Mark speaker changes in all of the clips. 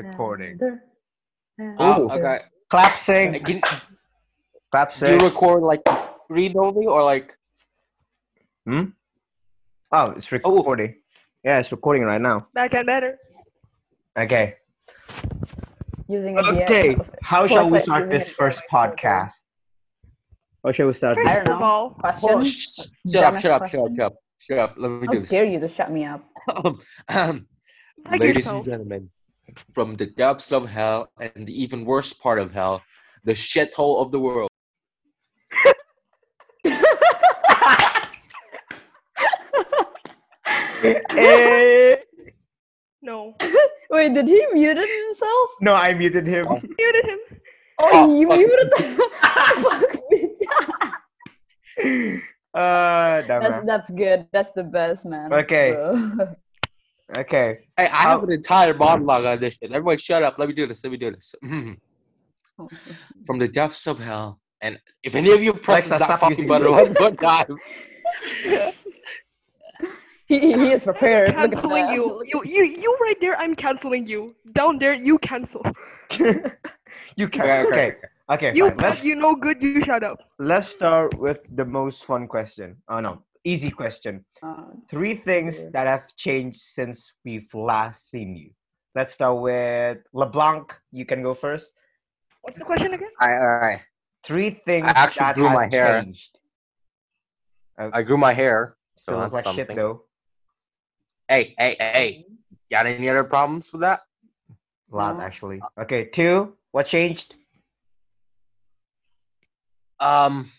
Speaker 1: Recording.
Speaker 2: Oh,
Speaker 3: Oh, okay.
Speaker 1: Clap
Speaker 3: Uh,
Speaker 1: sync.
Speaker 3: You,
Speaker 1: Clap
Speaker 3: do you
Speaker 1: sync.
Speaker 3: record like the screen only or like
Speaker 1: Oh, it's recording. Yeah, it's recording right now.
Speaker 4: Back and better.
Speaker 1: Okay.
Speaker 2: Using a DM.
Speaker 1: Okay. How shall we
Speaker 2: Perfect.
Speaker 1: start this first podcast? How shall we start
Speaker 4: First
Speaker 2: I
Speaker 1: this?
Speaker 2: don't
Speaker 4: of
Speaker 2: know.
Speaker 4: all,
Speaker 2: Question.
Speaker 3: Oh, sh- sh- shut up,
Speaker 2: Dumbass
Speaker 3: shut up, shut up,
Speaker 2: question.
Speaker 3: shut up, shut up. Let me
Speaker 2: How
Speaker 3: do
Speaker 2: dare you to shut me up?
Speaker 3: this.
Speaker 4: like
Speaker 3: Ladies
Speaker 4: yourself.
Speaker 3: and gentlemen, from the depths of hell and the even worse part of hell, the shithole of the world.
Speaker 1: Eh,
Speaker 4: No.
Speaker 2: Wait, did he muted himself?
Speaker 1: no, I muted him.
Speaker 4: Muted him.
Speaker 2: Oh,
Speaker 3: Oh,
Speaker 2: you
Speaker 3: fuck.
Speaker 2: muted him. Fuck, bitch.
Speaker 1: Uh,
Speaker 2: that's,
Speaker 1: damn
Speaker 2: that's good. That's the best, man.
Speaker 1: Okay.
Speaker 2: Bro.
Speaker 1: Okay.
Speaker 3: I, I have
Speaker 1: How-
Speaker 3: an entire monologue on this shit. Everyone, shut up. Let me do this. Let me do this. Mm-hmm. from the depths of hell, and if any of you press
Speaker 1: Alexa,
Speaker 3: that
Speaker 1: stop
Speaker 3: fucking
Speaker 1: using
Speaker 3: button
Speaker 1: this.
Speaker 3: one more time,
Speaker 2: he, he he is prepared. Look at
Speaker 4: Canceling
Speaker 2: that.
Speaker 4: you. You you you right there, I'm canceling you. Down there, you cancel.
Speaker 1: you can.
Speaker 3: Okay,
Speaker 1: Okay.
Speaker 3: okay,
Speaker 1: Okay.
Speaker 4: You
Speaker 1: fine. Let's
Speaker 4: you no good, you shut up.
Speaker 1: let's start with the most fun question. Oh no, easy question.
Speaker 2: Uh,
Speaker 1: Three things
Speaker 2: Yeah.
Speaker 1: that have changed since we've last seen you. Let's start with LeBlanc. You can go first.
Speaker 4: What's the question again?
Speaker 3: I, I
Speaker 1: Three things
Speaker 3: I actually
Speaker 1: that
Speaker 3: grew
Speaker 1: has
Speaker 3: my hair.
Speaker 1: changed.
Speaker 3: I grew my hair. So
Speaker 1: Still look
Speaker 3: that's
Speaker 1: like shit
Speaker 3: something.
Speaker 1: though.
Speaker 3: Hey, hey, hey! Got any other problems with that?
Speaker 1: A lot
Speaker 2: No.
Speaker 1: actually. Okay, two. What changed?
Speaker 3: Um.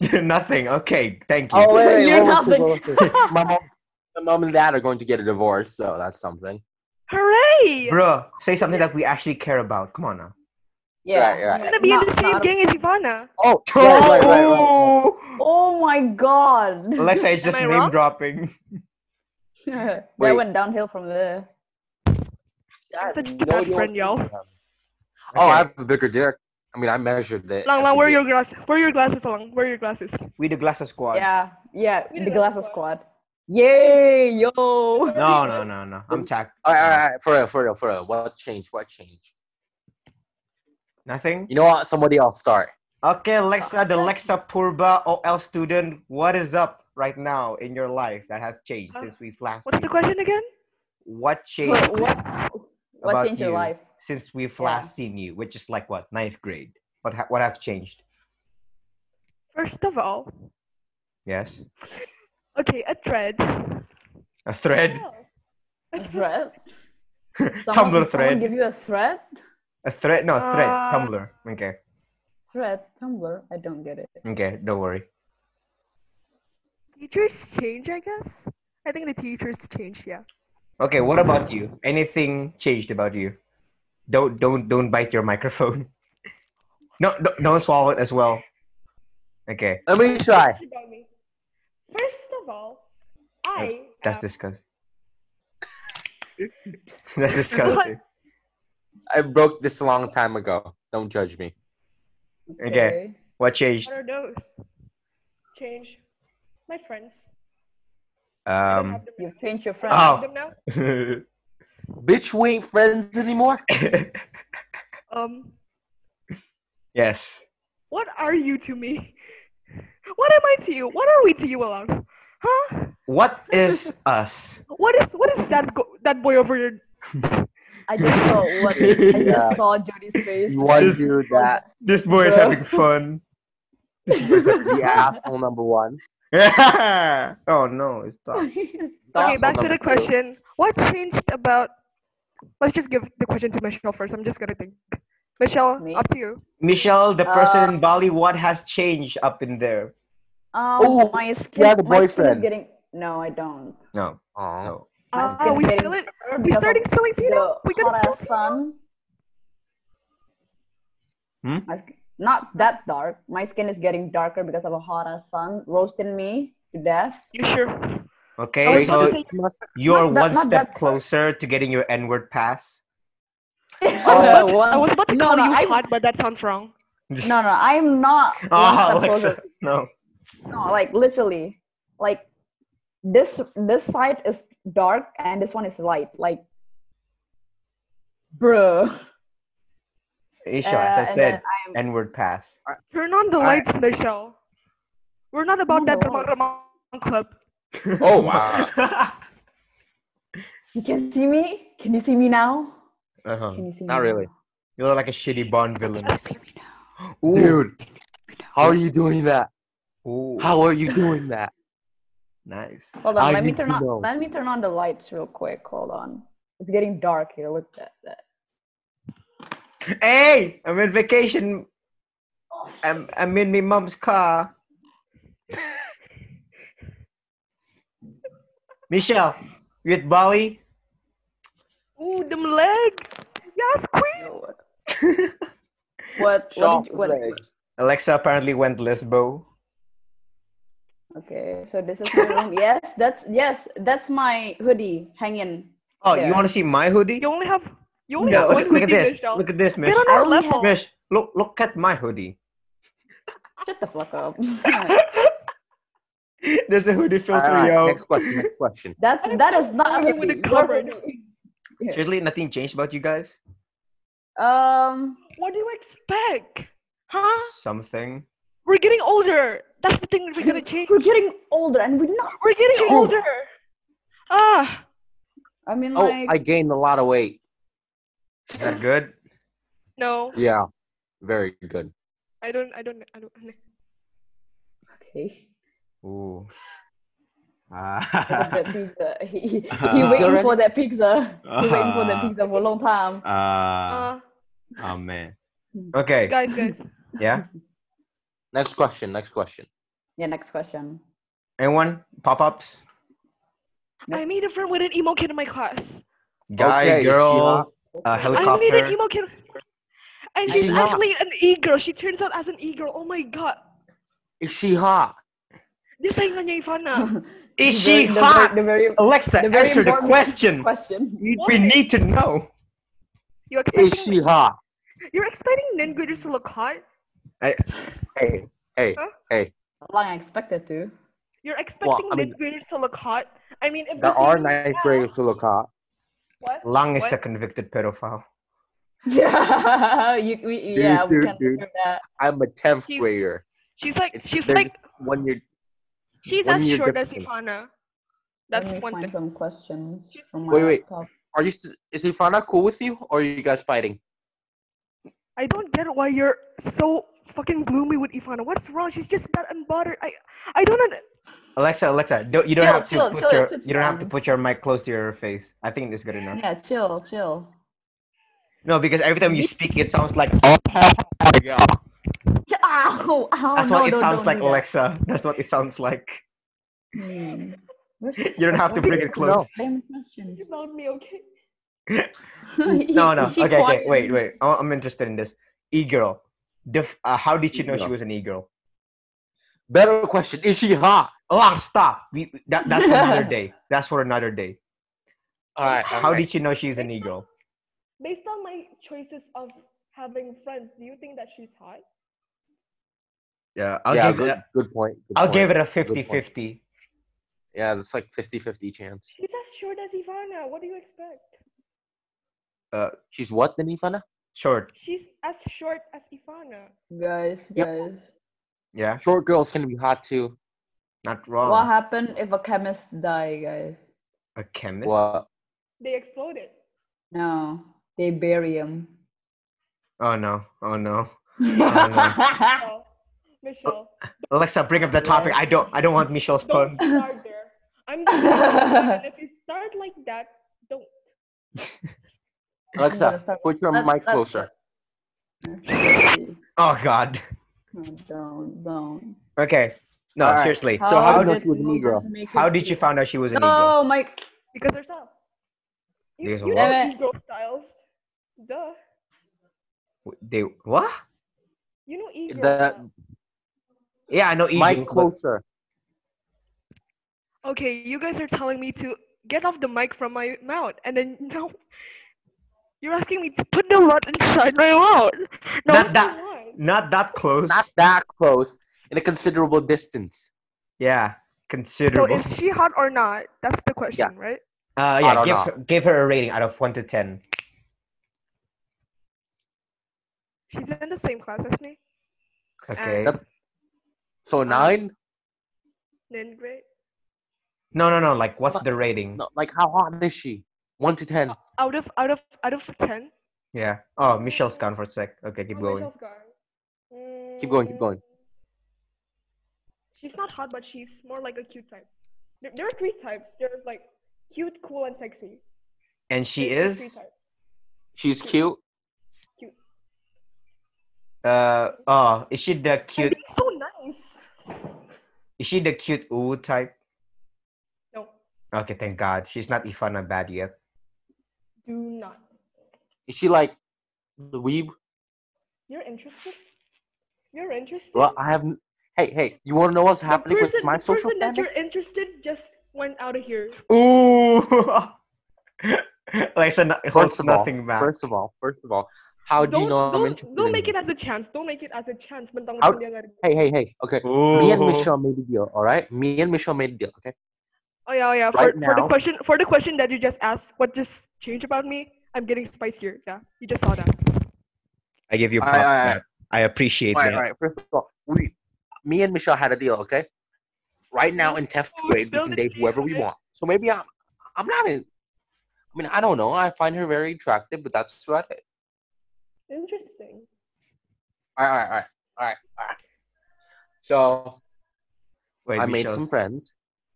Speaker 1: Nothing. Okay, thank you.
Speaker 3: Oh wait, wait,
Speaker 2: You're
Speaker 3: wait, wait, wait,
Speaker 2: nothing.
Speaker 3: wait, wait. my mom, my mom and dad are going to get a divorce, so that's something.
Speaker 4: Hooray!
Speaker 1: Bro, say something that we actually care about. Come on now.
Speaker 2: yeah.
Speaker 3: Right, right.
Speaker 4: I'm gonna be
Speaker 2: Not-
Speaker 4: in the same
Speaker 2: not-
Speaker 4: gang as Ivana.
Speaker 3: Oh, right, right, right, right.
Speaker 2: Oh my god.
Speaker 1: Alexa is just
Speaker 4: I
Speaker 1: name
Speaker 4: wrong?
Speaker 1: dropping.
Speaker 2: that
Speaker 3: Wait.
Speaker 2: went downhill from there.
Speaker 3: Yeah,
Speaker 4: I'm such a
Speaker 3: no,
Speaker 4: bad
Speaker 3: you
Speaker 4: friend,
Speaker 3: don't-
Speaker 4: y'all.
Speaker 3: Oh, I
Speaker 1: Okay,
Speaker 3: have a bigger dick. I mean, I measured it.
Speaker 4: Lang
Speaker 3: at
Speaker 4: Lang,
Speaker 3: the
Speaker 4: where are
Speaker 3: gym.
Speaker 4: your glasses? Where are your glasses, Lang? Where are your glasses?
Speaker 1: we the Glasser Squad.
Speaker 2: Yeah, yeah.
Speaker 4: We
Speaker 2: the
Speaker 4: don't know
Speaker 2: Glasses
Speaker 4: what-
Speaker 2: Squad. Yay, yo.
Speaker 1: No, no, no, no. I'm tacked.
Speaker 3: All right, all right, all right, for real, for real, for real. What change? What change?
Speaker 1: Nothing.
Speaker 3: You know what? Somebody else start.
Speaker 1: Okay, Lexa, the Lexa Purba OL student. What is up right now in your life that has changed
Speaker 4: Huh?
Speaker 1: since we've last?
Speaker 4: What's the question again?
Speaker 1: What changed
Speaker 2: What, what,
Speaker 1: About
Speaker 2: what changed your
Speaker 1: you.
Speaker 2: life?
Speaker 1: since we've
Speaker 2: Yeah.
Speaker 1: last seen you? Which is like what ninth grade. What ha- what have changed?
Speaker 4: First of all,
Speaker 1: Yes,
Speaker 4: okay, a thread.
Speaker 1: a thread,
Speaker 4: Oh.
Speaker 2: A thread?
Speaker 1: Tumblr
Speaker 2: Someone
Speaker 1: thread,
Speaker 2: give you a thread?
Speaker 1: a thread. No, thread.
Speaker 4: Uh,
Speaker 1: Tumblr. Okay,
Speaker 2: Thread? Tumblr? I don't get it.
Speaker 1: okay. Don't worry.
Speaker 4: Teachers change, I guess. I think the teachers change, yeah.
Speaker 1: Okay, what about you? Anything changed about you? Don't don't don't bite your microphone. No, don't, don't swallow it as well. Okay,
Speaker 3: Let me try.
Speaker 4: about me. First of all, I
Speaker 1: that's
Speaker 4: am-
Speaker 1: disgusting. that's disgusting.
Speaker 3: I broke this a long time ago. Don't judge me.
Speaker 1: Okay. What changed?
Speaker 4: What are those? Change. My friends. I don't
Speaker 1: Um.
Speaker 4: have them
Speaker 2: You've changed your
Speaker 4: now.
Speaker 2: friend.
Speaker 4: I
Speaker 1: Oh.
Speaker 4: don't have them now.
Speaker 3: Bitch, we ain't friends anymore.
Speaker 4: Um,
Speaker 1: yes.
Speaker 4: what are you to me? What am I to you? What are we to you, Alan? Huh?
Speaker 1: What is us?
Speaker 4: What is what is that go- that boy over there?
Speaker 2: I just saw what I just
Speaker 3: Yeah.
Speaker 2: saw Jody's face.
Speaker 3: You want to
Speaker 1: Just-
Speaker 3: do that?
Speaker 1: This boy is
Speaker 2: Bro.
Speaker 1: having fun.
Speaker 3: The asshole number one.
Speaker 1: oh no! It's tough.
Speaker 4: Okay,
Speaker 3: Asshole
Speaker 4: back to
Speaker 3: number
Speaker 4: the
Speaker 3: two.
Speaker 4: question. What changed about? Let's just give the question to Michelle first. I'm just gonna think. Michelle,
Speaker 2: Me?
Speaker 4: up to you.
Speaker 1: Michelle, the person
Speaker 2: Uh,
Speaker 1: in Bali, what has changed up in there?
Speaker 2: um,
Speaker 3: Oh,
Speaker 2: my skin,
Speaker 3: you had
Speaker 2: my skin
Speaker 3: a
Speaker 2: is
Speaker 3: boyfriend.
Speaker 2: getting. No, I don't.
Speaker 1: No,
Speaker 3: Aw.
Speaker 1: no.
Speaker 2: I'm
Speaker 4: Uh, we
Speaker 2: getting-
Speaker 4: still in, we starting spilling tea now. We gonna spill tea. now?
Speaker 2: sun.
Speaker 1: Hmm?
Speaker 2: Not that dark. My skin is getting darker because of a hot ass sun roasting me to death.
Speaker 4: You sure? I
Speaker 1: Okay,
Speaker 4: was
Speaker 1: so
Speaker 4: about to say
Speaker 1: You're
Speaker 2: Not that-
Speaker 1: one
Speaker 2: not
Speaker 1: step
Speaker 2: that-
Speaker 1: closer to getting your N word pass.
Speaker 4: I was about
Speaker 2: Uh,
Speaker 4: to,
Speaker 2: one-
Speaker 1: um,
Speaker 4: I was about to
Speaker 2: no,
Speaker 4: call
Speaker 2: no,
Speaker 4: you
Speaker 2: I'm,
Speaker 4: hot, but that sounds wrong.
Speaker 2: No, no, I'm not. one
Speaker 1: Ah,
Speaker 2: step
Speaker 1: Alexa.
Speaker 2: closer.
Speaker 1: No.
Speaker 2: No, like literally, like this this side is dark and this one is light. Like bro.
Speaker 1: Isha,
Speaker 2: Uh,
Speaker 1: as I
Speaker 2: and
Speaker 1: said,
Speaker 2: then I'm
Speaker 1: N word pass.
Speaker 4: Turn on the
Speaker 3: I-
Speaker 4: lights, Michelle. We're not about that Ramang Ramang Club.
Speaker 3: Oh, wow. Uh-huh.
Speaker 2: You can see me? Can you see me now?
Speaker 1: uh-huh.
Speaker 2: Can you see me?
Speaker 3: Not really.
Speaker 2: now?
Speaker 1: You look like a shitty Bond villain.
Speaker 2: Can you see me now?
Speaker 1: Ooh.
Speaker 3: Dude, how are you doing that?
Speaker 1: Ooh.
Speaker 3: How are you doing that?
Speaker 1: Nice.
Speaker 2: Hold on,
Speaker 3: I
Speaker 2: let me
Speaker 3: need
Speaker 2: turn
Speaker 3: to
Speaker 2: on
Speaker 3: know.
Speaker 2: let me turn on the lights real quick. Hold on. It's getting dark here. Look at that.
Speaker 1: Hey, I'm on vacation. I'm I'm in my mom's car. Michelle, you at Bali?
Speaker 4: Ooh, them legs. Yes, queen.
Speaker 2: No. what what,
Speaker 3: Sharp
Speaker 2: did you, what
Speaker 3: legs.
Speaker 1: Alexa apparently went lesbo.
Speaker 2: okay so this is my room yes that's yes that's my hoodie hanging
Speaker 1: Oh, you
Speaker 2: there.
Speaker 1: want to see my hoodie?
Speaker 4: You only have you only
Speaker 1: No,
Speaker 4: have one
Speaker 1: look, look at
Speaker 4: hoodie,
Speaker 1: this.
Speaker 4: Michelle.
Speaker 1: Look at this, Mish.
Speaker 4: Get on
Speaker 2: I
Speaker 4: our
Speaker 2: only have-
Speaker 4: level.
Speaker 1: Mish, look look at my hoodie.
Speaker 2: shut the fuck up
Speaker 1: There's a hoodie filter,
Speaker 3: Alright,
Speaker 1: yo.
Speaker 3: next question. Next question.
Speaker 2: that's that is not a
Speaker 4: I'm with
Speaker 2: hoodie.
Speaker 4: the
Speaker 2: Your
Speaker 4: cupboard.
Speaker 2: hoodie.
Speaker 1: Seriously, nothing changed about you guys?
Speaker 2: um
Speaker 4: What do you expect? Huh?
Speaker 1: Something.
Speaker 4: We're getting older. That's the thing that we're gonna change.
Speaker 2: we're getting older and we're not
Speaker 4: We're getting
Speaker 2: True.
Speaker 4: older. Ah,
Speaker 2: i mean
Speaker 3: Oh,
Speaker 2: like
Speaker 3: I gained a lot of weight.
Speaker 1: Is that good?
Speaker 4: no,
Speaker 3: Yeah, very good.
Speaker 4: I don't. I don't. I don't.
Speaker 2: okay
Speaker 1: Ooh.
Speaker 2: that
Speaker 1: Ah.
Speaker 2: pizza he, he, he
Speaker 1: Uh-huh.
Speaker 2: waiting
Speaker 3: Already-
Speaker 2: for that pizza he waiting for that
Speaker 1: Uh-huh.
Speaker 2: pizza for a long time
Speaker 1: Ah.
Speaker 4: Uh,
Speaker 1: oh man.
Speaker 2: Hmm.
Speaker 1: Okay.
Speaker 4: guys, guys.
Speaker 1: Yeah.
Speaker 3: Next question. Next question.
Speaker 2: yeah next question
Speaker 1: Anyone? Pop ups?
Speaker 4: I made a friend with an emo kid in my class.
Speaker 1: Guy,
Speaker 3: Okay, is she hot?
Speaker 1: girl, uh,
Speaker 4: I made
Speaker 1: helicopter.
Speaker 4: an emo kid, and
Speaker 3: Is she
Speaker 4: she's
Speaker 3: not?
Speaker 4: actually an e girl. She turns out as an e girl. Oh my god,
Speaker 3: Is she hot?
Speaker 4: this ain't Ivana.
Speaker 1: Is
Speaker 2: The very-
Speaker 1: she
Speaker 2: the very-
Speaker 1: hot?
Speaker 2: the very
Speaker 1: Alexa,
Speaker 2: the very
Speaker 1: answer the
Speaker 2: important
Speaker 1: question.
Speaker 2: question
Speaker 1: We,
Speaker 4: Why?
Speaker 1: we need to know.
Speaker 4: You
Speaker 3: Is
Speaker 4: expecting?
Speaker 3: she hot?
Speaker 4: You're expecting ninth graders to look hot?
Speaker 3: Hey, hey.
Speaker 2: long i expected to
Speaker 4: You're expecting
Speaker 3: I mean-
Speaker 4: ninth graders to look hot? I mean, if
Speaker 3: There
Speaker 4: this
Speaker 3: are
Speaker 4: is-
Speaker 3: ninth graders who look hot.
Speaker 4: What?
Speaker 1: Lang is
Speaker 4: What?
Speaker 1: a convicted pedophile.
Speaker 2: Yeah, you, we, yeah, we
Speaker 3: dude,
Speaker 2: can
Speaker 3: dude.
Speaker 2: do that.
Speaker 3: I'm a tenth
Speaker 4: She's-
Speaker 3: grader.
Speaker 4: She's like,
Speaker 3: It's
Speaker 4: she's
Speaker 3: they're
Speaker 4: like,
Speaker 3: just one year.
Speaker 4: she's
Speaker 3: one
Speaker 4: as
Speaker 3: year
Speaker 4: short as
Speaker 3: difference.
Speaker 4: Ivana.
Speaker 2: Let
Speaker 4: That's
Speaker 2: me
Speaker 4: one
Speaker 2: find
Speaker 4: thing.
Speaker 2: some questions
Speaker 4: She's-
Speaker 2: from my
Speaker 3: Wait, wait.
Speaker 2: laptop.
Speaker 3: Are you? s- Is Ifana cool with you, or are you guys fighting?
Speaker 4: I don't get why you're so fucking gloomy with Ivana. What's wrong? She's just that unbothered. I, I don't. Un-
Speaker 1: Alexa, Alexa, don't, you don't
Speaker 2: Chill,
Speaker 1: have to
Speaker 2: chill,
Speaker 1: put
Speaker 2: chill,
Speaker 1: your
Speaker 2: it's
Speaker 1: you don't have to
Speaker 2: fine.
Speaker 1: put your mic close to your face. I think it's good enough.
Speaker 2: Yeah, chill, chill.
Speaker 1: No, because every time you speak, it sounds like
Speaker 2: Ch- Ow, ow,
Speaker 1: that's
Speaker 2: Oh, no,
Speaker 1: what it
Speaker 2: don't-
Speaker 1: sounds
Speaker 2: don't
Speaker 1: like,
Speaker 2: do that.
Speaker 1: Alexa. That's what it sounds like.
Speaker 2: Hmm. Where's the
Speaker 1: You don't have to
Speaker 2: fuck-
Speaker 1: bring it close.
Speaker 2: Damn questions.
Speaker 4: you found me, okay?
Speaker 1: No, no.
Speaker 2: She
Speaker 1: Okay, okay.
Speaker 2: quiet.
Speaker 1: Wait, wait. I- I'm interested in this. E girl. Def- uh, how did you know she
Speaker 3: E-girl.
Speaker 1: was an e girl?
Speaker 3: Better question. Is she hot?
Speaker 1: Long Oh, stop. We we- that, that's for another day. That's for another day.
Speaker 3: All right. all
Speaker 1: How
Speaker 3: right.
Speaker 1: did you know she's an e girl?
Speaker 4: Based on my choices of having friends, do you think that she's hot?
Speaker 1: Yeah, I'll
Speaker 3: yeah,
Speaker 1: give
Speaker 3: good,
Speaker 1: it. A,
Speaker 3: good point. Good
Speaker 1: I'll
Speaker 3: point.
Speaker 1: give it a
Speaker 3: point.
Speaker 1: 50-50.
Speaker 3: Yeah, that's like 50-50 chance.
Speaker 4: She's as short as Ivana. What do you expect?
Speaker 3: She's what then, Ifana?
Speaker 1: Short.
Speaker 4: She's as short as Ivana.
Speaker 2: Guys,
Speaker 3: Yep.
Speaker 2: guys.
Speaker 1: Yeah,
Speaker 3: Short girls can be hot too.
Speaker 1: not wrong.
Speaker 2: What happened if a chemist die, guys?
Speaker 1: a chemist.
Speaker 3: Well,
Speaker 4: They exploded.
Speaker 2: No, they bury him.
Speaker 1: Oh no. Oh no. Ah.
Speaker 2: Don't
Speaker 4: Michelle, Michelle,
Speaker 1: Oh, Alexa, bring up the topic. I don't. I don't want Michelle's
Speaker 4: don't
Speaker 1: pun.
Speaker 4: start there. I'm the and if you start like that, don't.
Speaker 2: I'm gonna
Speaker 3: Alexa,
Speaker 2: start-
Speaker 3: put your
Speaker 2: Let's-
Speaker 3: mic
Speaker 2: let's-
Speaker 3: closer.
Speaker 1: Oh God.
Speaker 2: No, don't, don't.
Speaker 1: Okay. No,
Speaker 3: Alright.
Speaker 1: seriously.
Speaker 3: So how did
Speaker 1: did,
Speaker 3: you- she was an e-girl?
Speaker 2: Moses make
Speaker 1: how
Speaker 2: her
Speaker 1: did you
Speaker 2: feel?
Speaker 1: find out she was an e-girl?
Speaker 2: No, my
Speaker 4: Because there's up. You,
Speaker 1: There's a
Speaker 4: you
Speaker 2: what?
Speaker 4: know e-girl styles. Duh.
Speaker 1: They what?
Speaker 4: You know e-girl
Speaker 3: The
Speaker 4: styles.
Speaker 1: Yeah, I know
Speaker 3: mic
Speaker 1: e-girl. but-
Speaker 3: closer.
Speaker 4: Okay, you guys are telling me to get off the mic from my mouth, and then no, you're asking me to put the rod inside my mouth. No,
Speaker 1: That-
Speaker 4: what
Speaker 1: that-
Speaker 4: do you want?
Speaker 1: Not that close.
Speaker 3: Not that close. In a considerable distance.
Speaker 1: Yeah,
Speaker 4: So
Speaker 1: considerable.
Speaker 4: is she hot or not? That's the question, right?
Speaker 1: uh,
Speaker 3: I
Speaker 1: yeah,
Speaker 3: don't
Speaker 1: give
Speaker 3: know.
Speaker 1: her, give her a rating out of one to ten.
Speaker 4: He's in the same class as me.
Speaker 1: Okay.
Speaker 3: Yep.
Speaker 4: Uh-huh.
Speaker 3: So nine?
Speaker 4: Then grade.
Speaker 1: No, no, no. Like, what's the rating?
Speaker 3: No, like how hot is she? One to ten.
Speaker 4: Out of out of out of ten.
Speaker 1: Yeah. Oh, Michelle's gone for a sec. Okay, keep
Speaker 4: Oh,
Speaker 1: going.
Speaker 4: Rachel's gone.
Speaker 3: Keep going, keep going.
Speaker 4: Mm, She's not hot, but she's more like a cute type. There, there are three types. There's like cute, cool, and sexy.
Speaker 1: And she
Speaker 4: There's three
Speaker 1: is.
Speaker 4: types.
Speaker 3: She's cute.
Speaker 1: Uh oh, is she the
Speaker 4: I'm
Speaker 1: cute?
Speaker 4: being so nice.
Speaker 1: Is she the cute ooh type?
Speaker 4: No,
Speaker 1: Okay, thank God. She's not Ifana bad yet.
Speaker 4: do not.
Speaker 3: Is she like the weeb?
Speaker 4: You're interested. You're interested.
Speaker 3: Well, I have. Hey, hey, you want to know what's
Speaker 4: The
Speaker 3: happening
Speaker 4: person,
Speaker 3: with my
Speaker 4: the
Speaker 3: social
Speaker 4: person that
Speaker 3: standing?
Speaker 4: you're interested just went out of here.
Speaker 1: Ooh. like so, no, it holds
Speaker 3: First of all,
Speaker 1: nothing back.
Speaker 3: First of all, first of all, how do
Speaker 4: don't,
Speaker 3: you know
Speaker 4: don't,
Speaker 3: I'm interested?
Speaker 4: Don't
Speaker 3: in
Speaker 4: make
Speaker 3: you?
Speaker 4: it as a chance. Don't make it as a chance. Bentang
Speaker 3: How-
Speaker 4: lang dia nggak ada.
Speaker 3: Hey, hey, hey. Okay,
Speaker 1: Ooh.
Speaker 3: me and Michelle made a deal. All right, me and Michelle made a deal. Okay,
Speaker 4: Oh yeah, oh yeah. For,
Speaker 3: Right
Speaker 4: for the
Speaker 3: now-
Speaker 4: question, for the question that you just asked, what just changed about me? I'm getting spicier. Yeah, you just saw that.
Speaker 1: I give you
Speaker 3: Aye,
Speaker 1: props.
Speaker 3: aye,
Speaker 1: man. I appreciate
Speaker 3: all right,
Speaker 1: that.
Speaker 3: all right. First of all, we, me and Michelle had a deal. Okay, right now in tenth
Speaker 4: Oh,
Speaker 3: grade, we
Speaker 4: spill
Speaker 3: can
Speaker 4: the
Speaker 3: date
Speaker 4: tea
Speaker 3: whoever
Speaker 4: on
Speaker 3: we
Speaker 4: it.
Speaker 3: want. So maybe I'm, I'm not in. I mean, I don't know. I find her very attractive, but that's about it.
Speaker 4: Interesting.
Speaker 3: All right, all right, all right, all right. So
Speaker 1: Wait,
Speaker 3: I made
Speaker 1: Michelle's-
Speaker 3: some friends.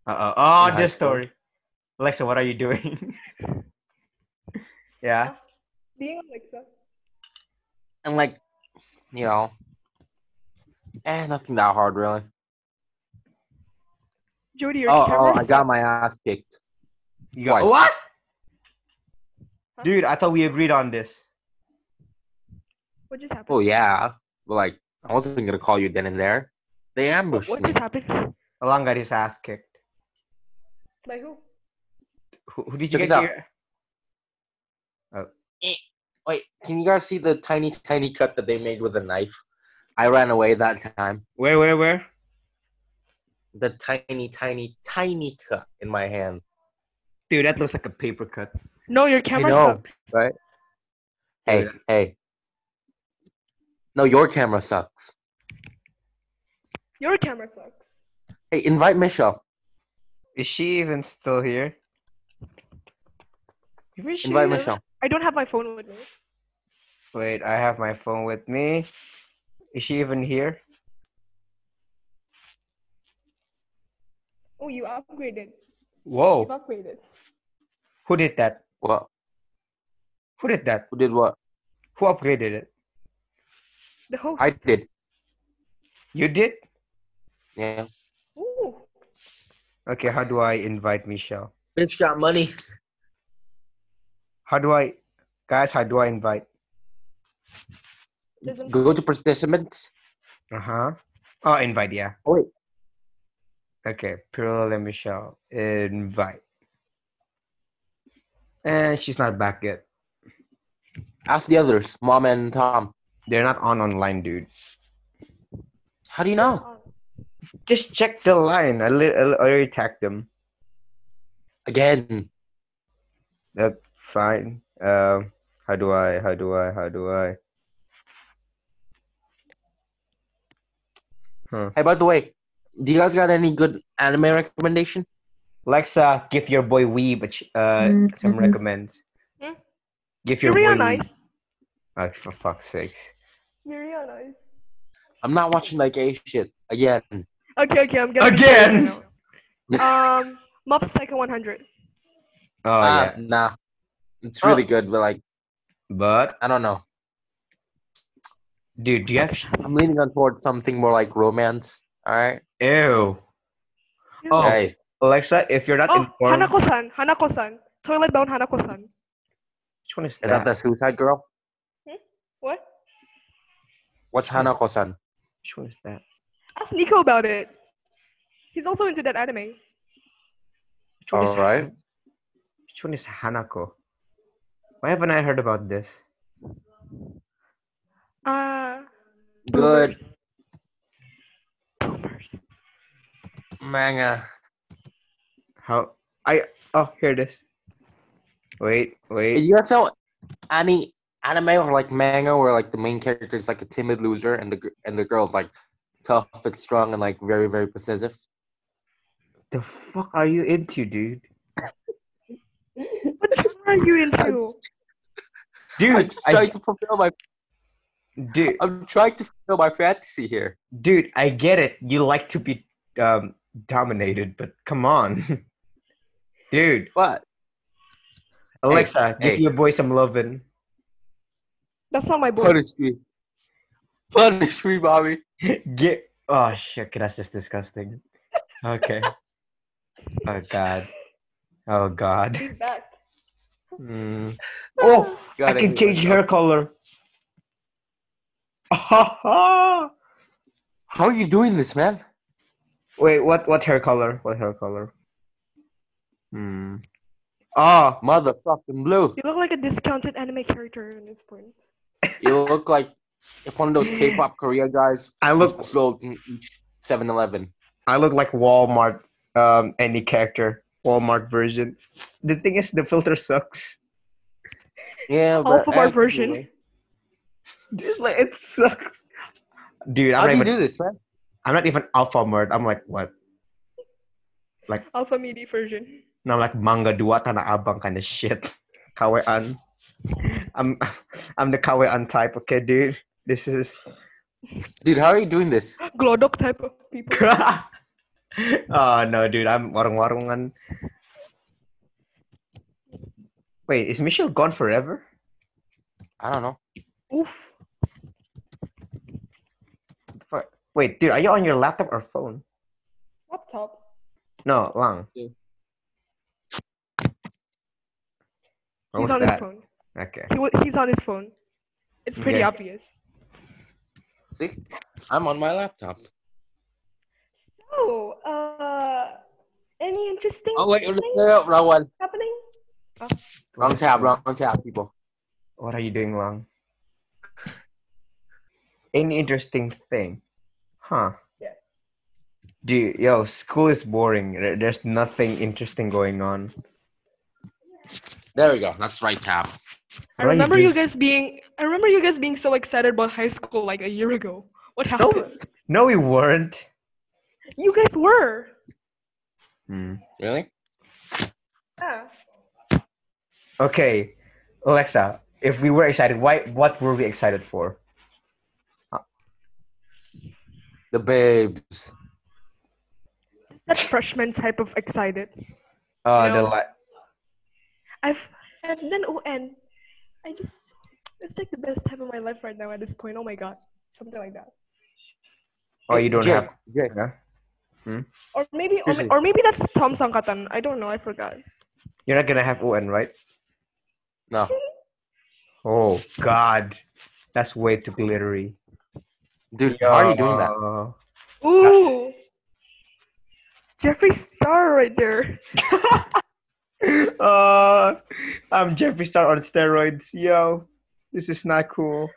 Speaker 1: Uh-oh.
Speaker 3: in
Speaker 1: Oh,
Speaker 3: high
Speaker 1: this
Speaker 3: school.
Speaker 1: story. Alexa, what are you doing? yeah.
Speaker 4: Being Alexa.
Speaker 3: and like you know eh, nothing that hard really
Speaker 4: Jody, your
Speaker 3: oh
Speaker 4: camera
Speaker 3: oh i got my ass kicked
Speaker 1: You got-
Speaker 3: Twice.
Speaker 1: what?
Speaker 4: Huh?
Speaker 1: Dude, I thought we agreed on this.
Speaker 4: sucks. What just happened?
Speaker 3: oh yeah but like i wasn't gonna call you then and there they
Speaker 4: What,
Speaker 3: ambushed
Speaker 4: what
Speaker 3: me
Speaker 4: just happened?
Speaker 1: Along got his ass kicked.
Speaker 4: By who?
Speaker 1: Who, who did you get
Speaker 3: Check this out.
Speaker 1: here?
Speaker 3: wait can you guys see the tiny tiny cut that they made with a knife i ran away that time
Speaker 1: Where, where, where?
Speaker 3: the tiny tiny tiny cut in my hand
Speaker 1: Dude, that looks like a paper cut.
Speaker 4: No, your camera
Speaker 3: know,
Speaker 4: sucks.
Speaker 3: right? hey
Speaker 1: Yeah.
Speaker 3: hey no your camera sucks
Speaker 4: Your camera sucks.
Speaker 3: hey invite michelle
Speaker 1: Is she even still here? Where is she
Speaker 3: invite
Speaker 1: even-
Speaker 3: michelle
Speaker 4: I don't have my phone with me.
Speaker 1: Wait, I have my phone with me. Is she even here?
Speaker 4: Oh, you upgraded. You've
Speaker 3: Oh.
Speaker 1: Whoa.
Speaker 4: upgraded.
Speaker 1: Who did that?
Speaker 3: what
Speaker 1: Who did that?
Speaker 3: who did what
Speaker 1: Who upgraded it?
Speaker 4: The host.
Speaker 3: i did
Speaker 1: You did?
Speaker 3: yeah
Speaker 4: Ooh.
Speaker 1: Okay, how do I invite Michelle?
Speaker 3: Bitch got money.
Speaker 1: How do I, guys? How do I invite?
Speaker 4: There's a-
Speaker 3: Go to participants.
Speaker 1: Uh huh. Oh, invite. Yeah.
Speaker 3: Oh, wait.
Speaker 1: Okay, Pearl and Michelle invite. And she's not back yet.
Speaker 3: Ask the others, mom and Tom.
Speaker 1: They're not on online, dude.
Speaker 3: How do you know?
Speaker 4: Oh.
Speaker 1: Just check the line. I, li- I already tagged them.
Speaker 3: Again.
Speaker 1: That's fine. Um, how do I? How do I? How do I?
Speaker 3: Hey, by the way, do you guys got any good anime recommendation?
Speaker 1: Alexa, give your boy Weeb a ch- uh, some recommends.
Speaker 4: Mm-hmm. Hmm?
Speaker 1: Give your boy.
Speaker 4: You're real
Speaker 1: Weeb-
Speaker 4: nice.
Speaker 1: Oh, for fuck's sake.
Speaker 4: You're real nice.
Speaker 3: I'm not watching like a shit again.
Speaker 4: Okay, okay, I'm getting
Speaker 1: Again!
Speaker 4: serious now. um, Mob Psycho 100.
Speaker 1: Oh
Speaker 3: Ah,
Speaker 1: yeah.
Speaker 3: Nah, it's really good, but like
Speaker 1: But
Speaker 3: I don't know.
Speaker 1: dude, do you have?
Speaker 3: I'm leaning on towards something more like romance. All right.
Speaker 1: Ew. Oh.
Speaker 3: Hey,
Speaker 1: Alexa, if you're not
Speaker 4: oh
Speaker 1: informed,
Speaker 4: Hanako-san, Hanako-san, Toilet Bound Hanako-san.
Speaker 1: which one is
Speaker 3: is
Speaker 1: that?
Speaker 3: that the Suicide Girl?
Speaker 4: What?
Speaker 3: What's
Speaker 1: Hmm.
Speaker 3: Hanako-san?
Speaker 1: Which one is that?
Speaker 4: Ask Nico about it. He's also into that anime.
Speaker 1: Which one is
Speaker 3: All right.
Speaker 1: Han- Which one is Hanako? Why haven't I heard about this?
Speaker 4: Uh,
Speaker 3: Good
Speaker 4: boomers. Boomers.
Speaker 3: manga.
Speaker 1: How I oh here it is. Wait, wait.
Speaker 3: You guys know any anime or like manga where like the main character is like a timid loser and the gr- and the girl's like tough and strong and like very very possessive?
Speaker 1: The fuck are you into, dude?
Speaker 4: What genre are you
Speaker 3: I'm
Speaker 4: into?
Speaker 3: just,
Speaker 1: Dude,
Speaker 3: I'm just
Speaker 1: I-
Speaker 3: trying to fulfill my
Speaker 1: dude,
Speaker 3: I'm trying to fulfill my fantasy here.
Speaker 1: dude, I get it. You like to be um, dominated, but come on, dude.
Speaker 3: But
Speaker 1: Alexa, give
Speaker 3: hey.
Speaker 1: your boy some lovin'.
Speaker 4: That's not my boy.
Speaker 3: punish me, punish me, mommy.
Speaker 1: Get oh shit, that's just disgusting. Okay. oh god. Oh god.
Speaker 2: She's back.
Speaker 3: Hmm,
Speaker 1: Mm. Oh, I
Speaker 3: God,
Speaker 1: can
Speaker 3: hate
Speaker 1: change
Speaker 3: myself.
Speaker 1: hair color.
Speaker 3: How are you doing this, man?
Speaker 1: Wait, what? What hair color? What hair color? Hmm. Oh,
Speaker 3: Motherfucking blue.
Speaker 4: You look like a discounted anime character at this point.
Speaker 3: You look like if one of those K-pop Korea guys
Speaker 1: I
Speaker 3: look
Speaker 1: look.
Speaker 3: sold in each 7-Eleven.
Speaker 1: I look like Walmart. Um, any character, Walmart version. The thing is, the filter sucks.
Speaker 3: Yeah, but
Speaker 4: Alpha Bar
Speaker 3: anyway.
Speaker 4: version.
Speaker 1: It's like it sucks. Dude, I'm
Speaker 3: How
Speaker 1: not
Speaker 3: do you
Speaker 1: even.
Speaker 3: do this, man?
Speaker 1: I'm not even alpha mode. I'm like what?
Speaker 4: Alpha Midi version.
Speaker 1: And I'm like manga dua tanah abang kind of shit. Kawean. I'm I'm the kawean type, okay, dude. This is
Speaker 3: Dude, how are you doing this?
Speaker 4: Glodok type of people.
Speaker 1: Oh no, dude, I'm warung-warungan. Wait, is Michelle gone forever?
Speaker 3: I don't know.
Speaker 4: Oof.
Speaker 1: Fu- Wait, dude, are you on your laptop or phone?
Speaker 2: Laptop.
Speaker 1: No, Lang.
Speaker 3: Yeah.
Speaker 1: What
Speaker 4: He's
Speaker 1: was
Speaker 4: on his
Speaker 1: that?
Speaker 4: phone.
Speaker 1: Okay.
Speaker 4: He wa he's on his phone. It's pretty
Speaker 1: Okay.
Speaker 4: obvious.
Speaker 3: See, I'm on my laptop.
Speaker 4: So, uh, any interesting
Speaker 3: Oh wait, no, no, no, wrong one.
Speaker 4: happening?
Speaker 3: Wrong tab, wrong tab, people.
Speaker 1: What are you doing, Lang? Any interesting thing? Huh.
Speaker 2: Yeah.
Speaker 1: Dude, yo, school is boring. There- There's nothing interesting going on.
Speaker 3: There we go. That's right tab.
Speaker 1: Why
Speaker 4: I
Speaker 1: is
Speaker 4: remember you
Speaker 1: this-
Speaker 4: guys being I remember you guys being so excited about high school like a year ago. What happened?
Speaker 1: No, we weren't.
Speaker 4: You guys were.
Speaker 3: Hmm. Really?
Speaker 4: Yeah.
Speaker 1: Okay, Alexa, if we were excited, why? What were we excited for?
Speaker 3: The babes.
Speaker 4: Just that freshman type of excited.
Speaker 1: Uh, the
Speaker 4: No.
Speaker 1: li-
Speaker 4: I've I've done ON. I just it's like the best time of my life right now at this point. Oh my god. Something like that.
Speaker 1: oh, you don't
Speaker 3: Jay,
Speaker 1: have.
Speaker 3: Jay,
Speaker 1: yeah?
Speaker 4: Or maybe or,
Speaker 3: Seriously.
Speaker 4: or maybe that's Tom Sankatan. I don't know, I forgot.
Speaker 1: You're not gonna have UN, right?
Speaker 3: No.
Speaker 1: Oh God, that's way too glittery.
Speaker 3: Dude, how are you doing that?
Speaker 1: Yo.
Speaker 4: Ooh. Jeffree Star right there.
Speaker 1: uh, I'm Jeffree Star on steroids. Yo, this is not cool.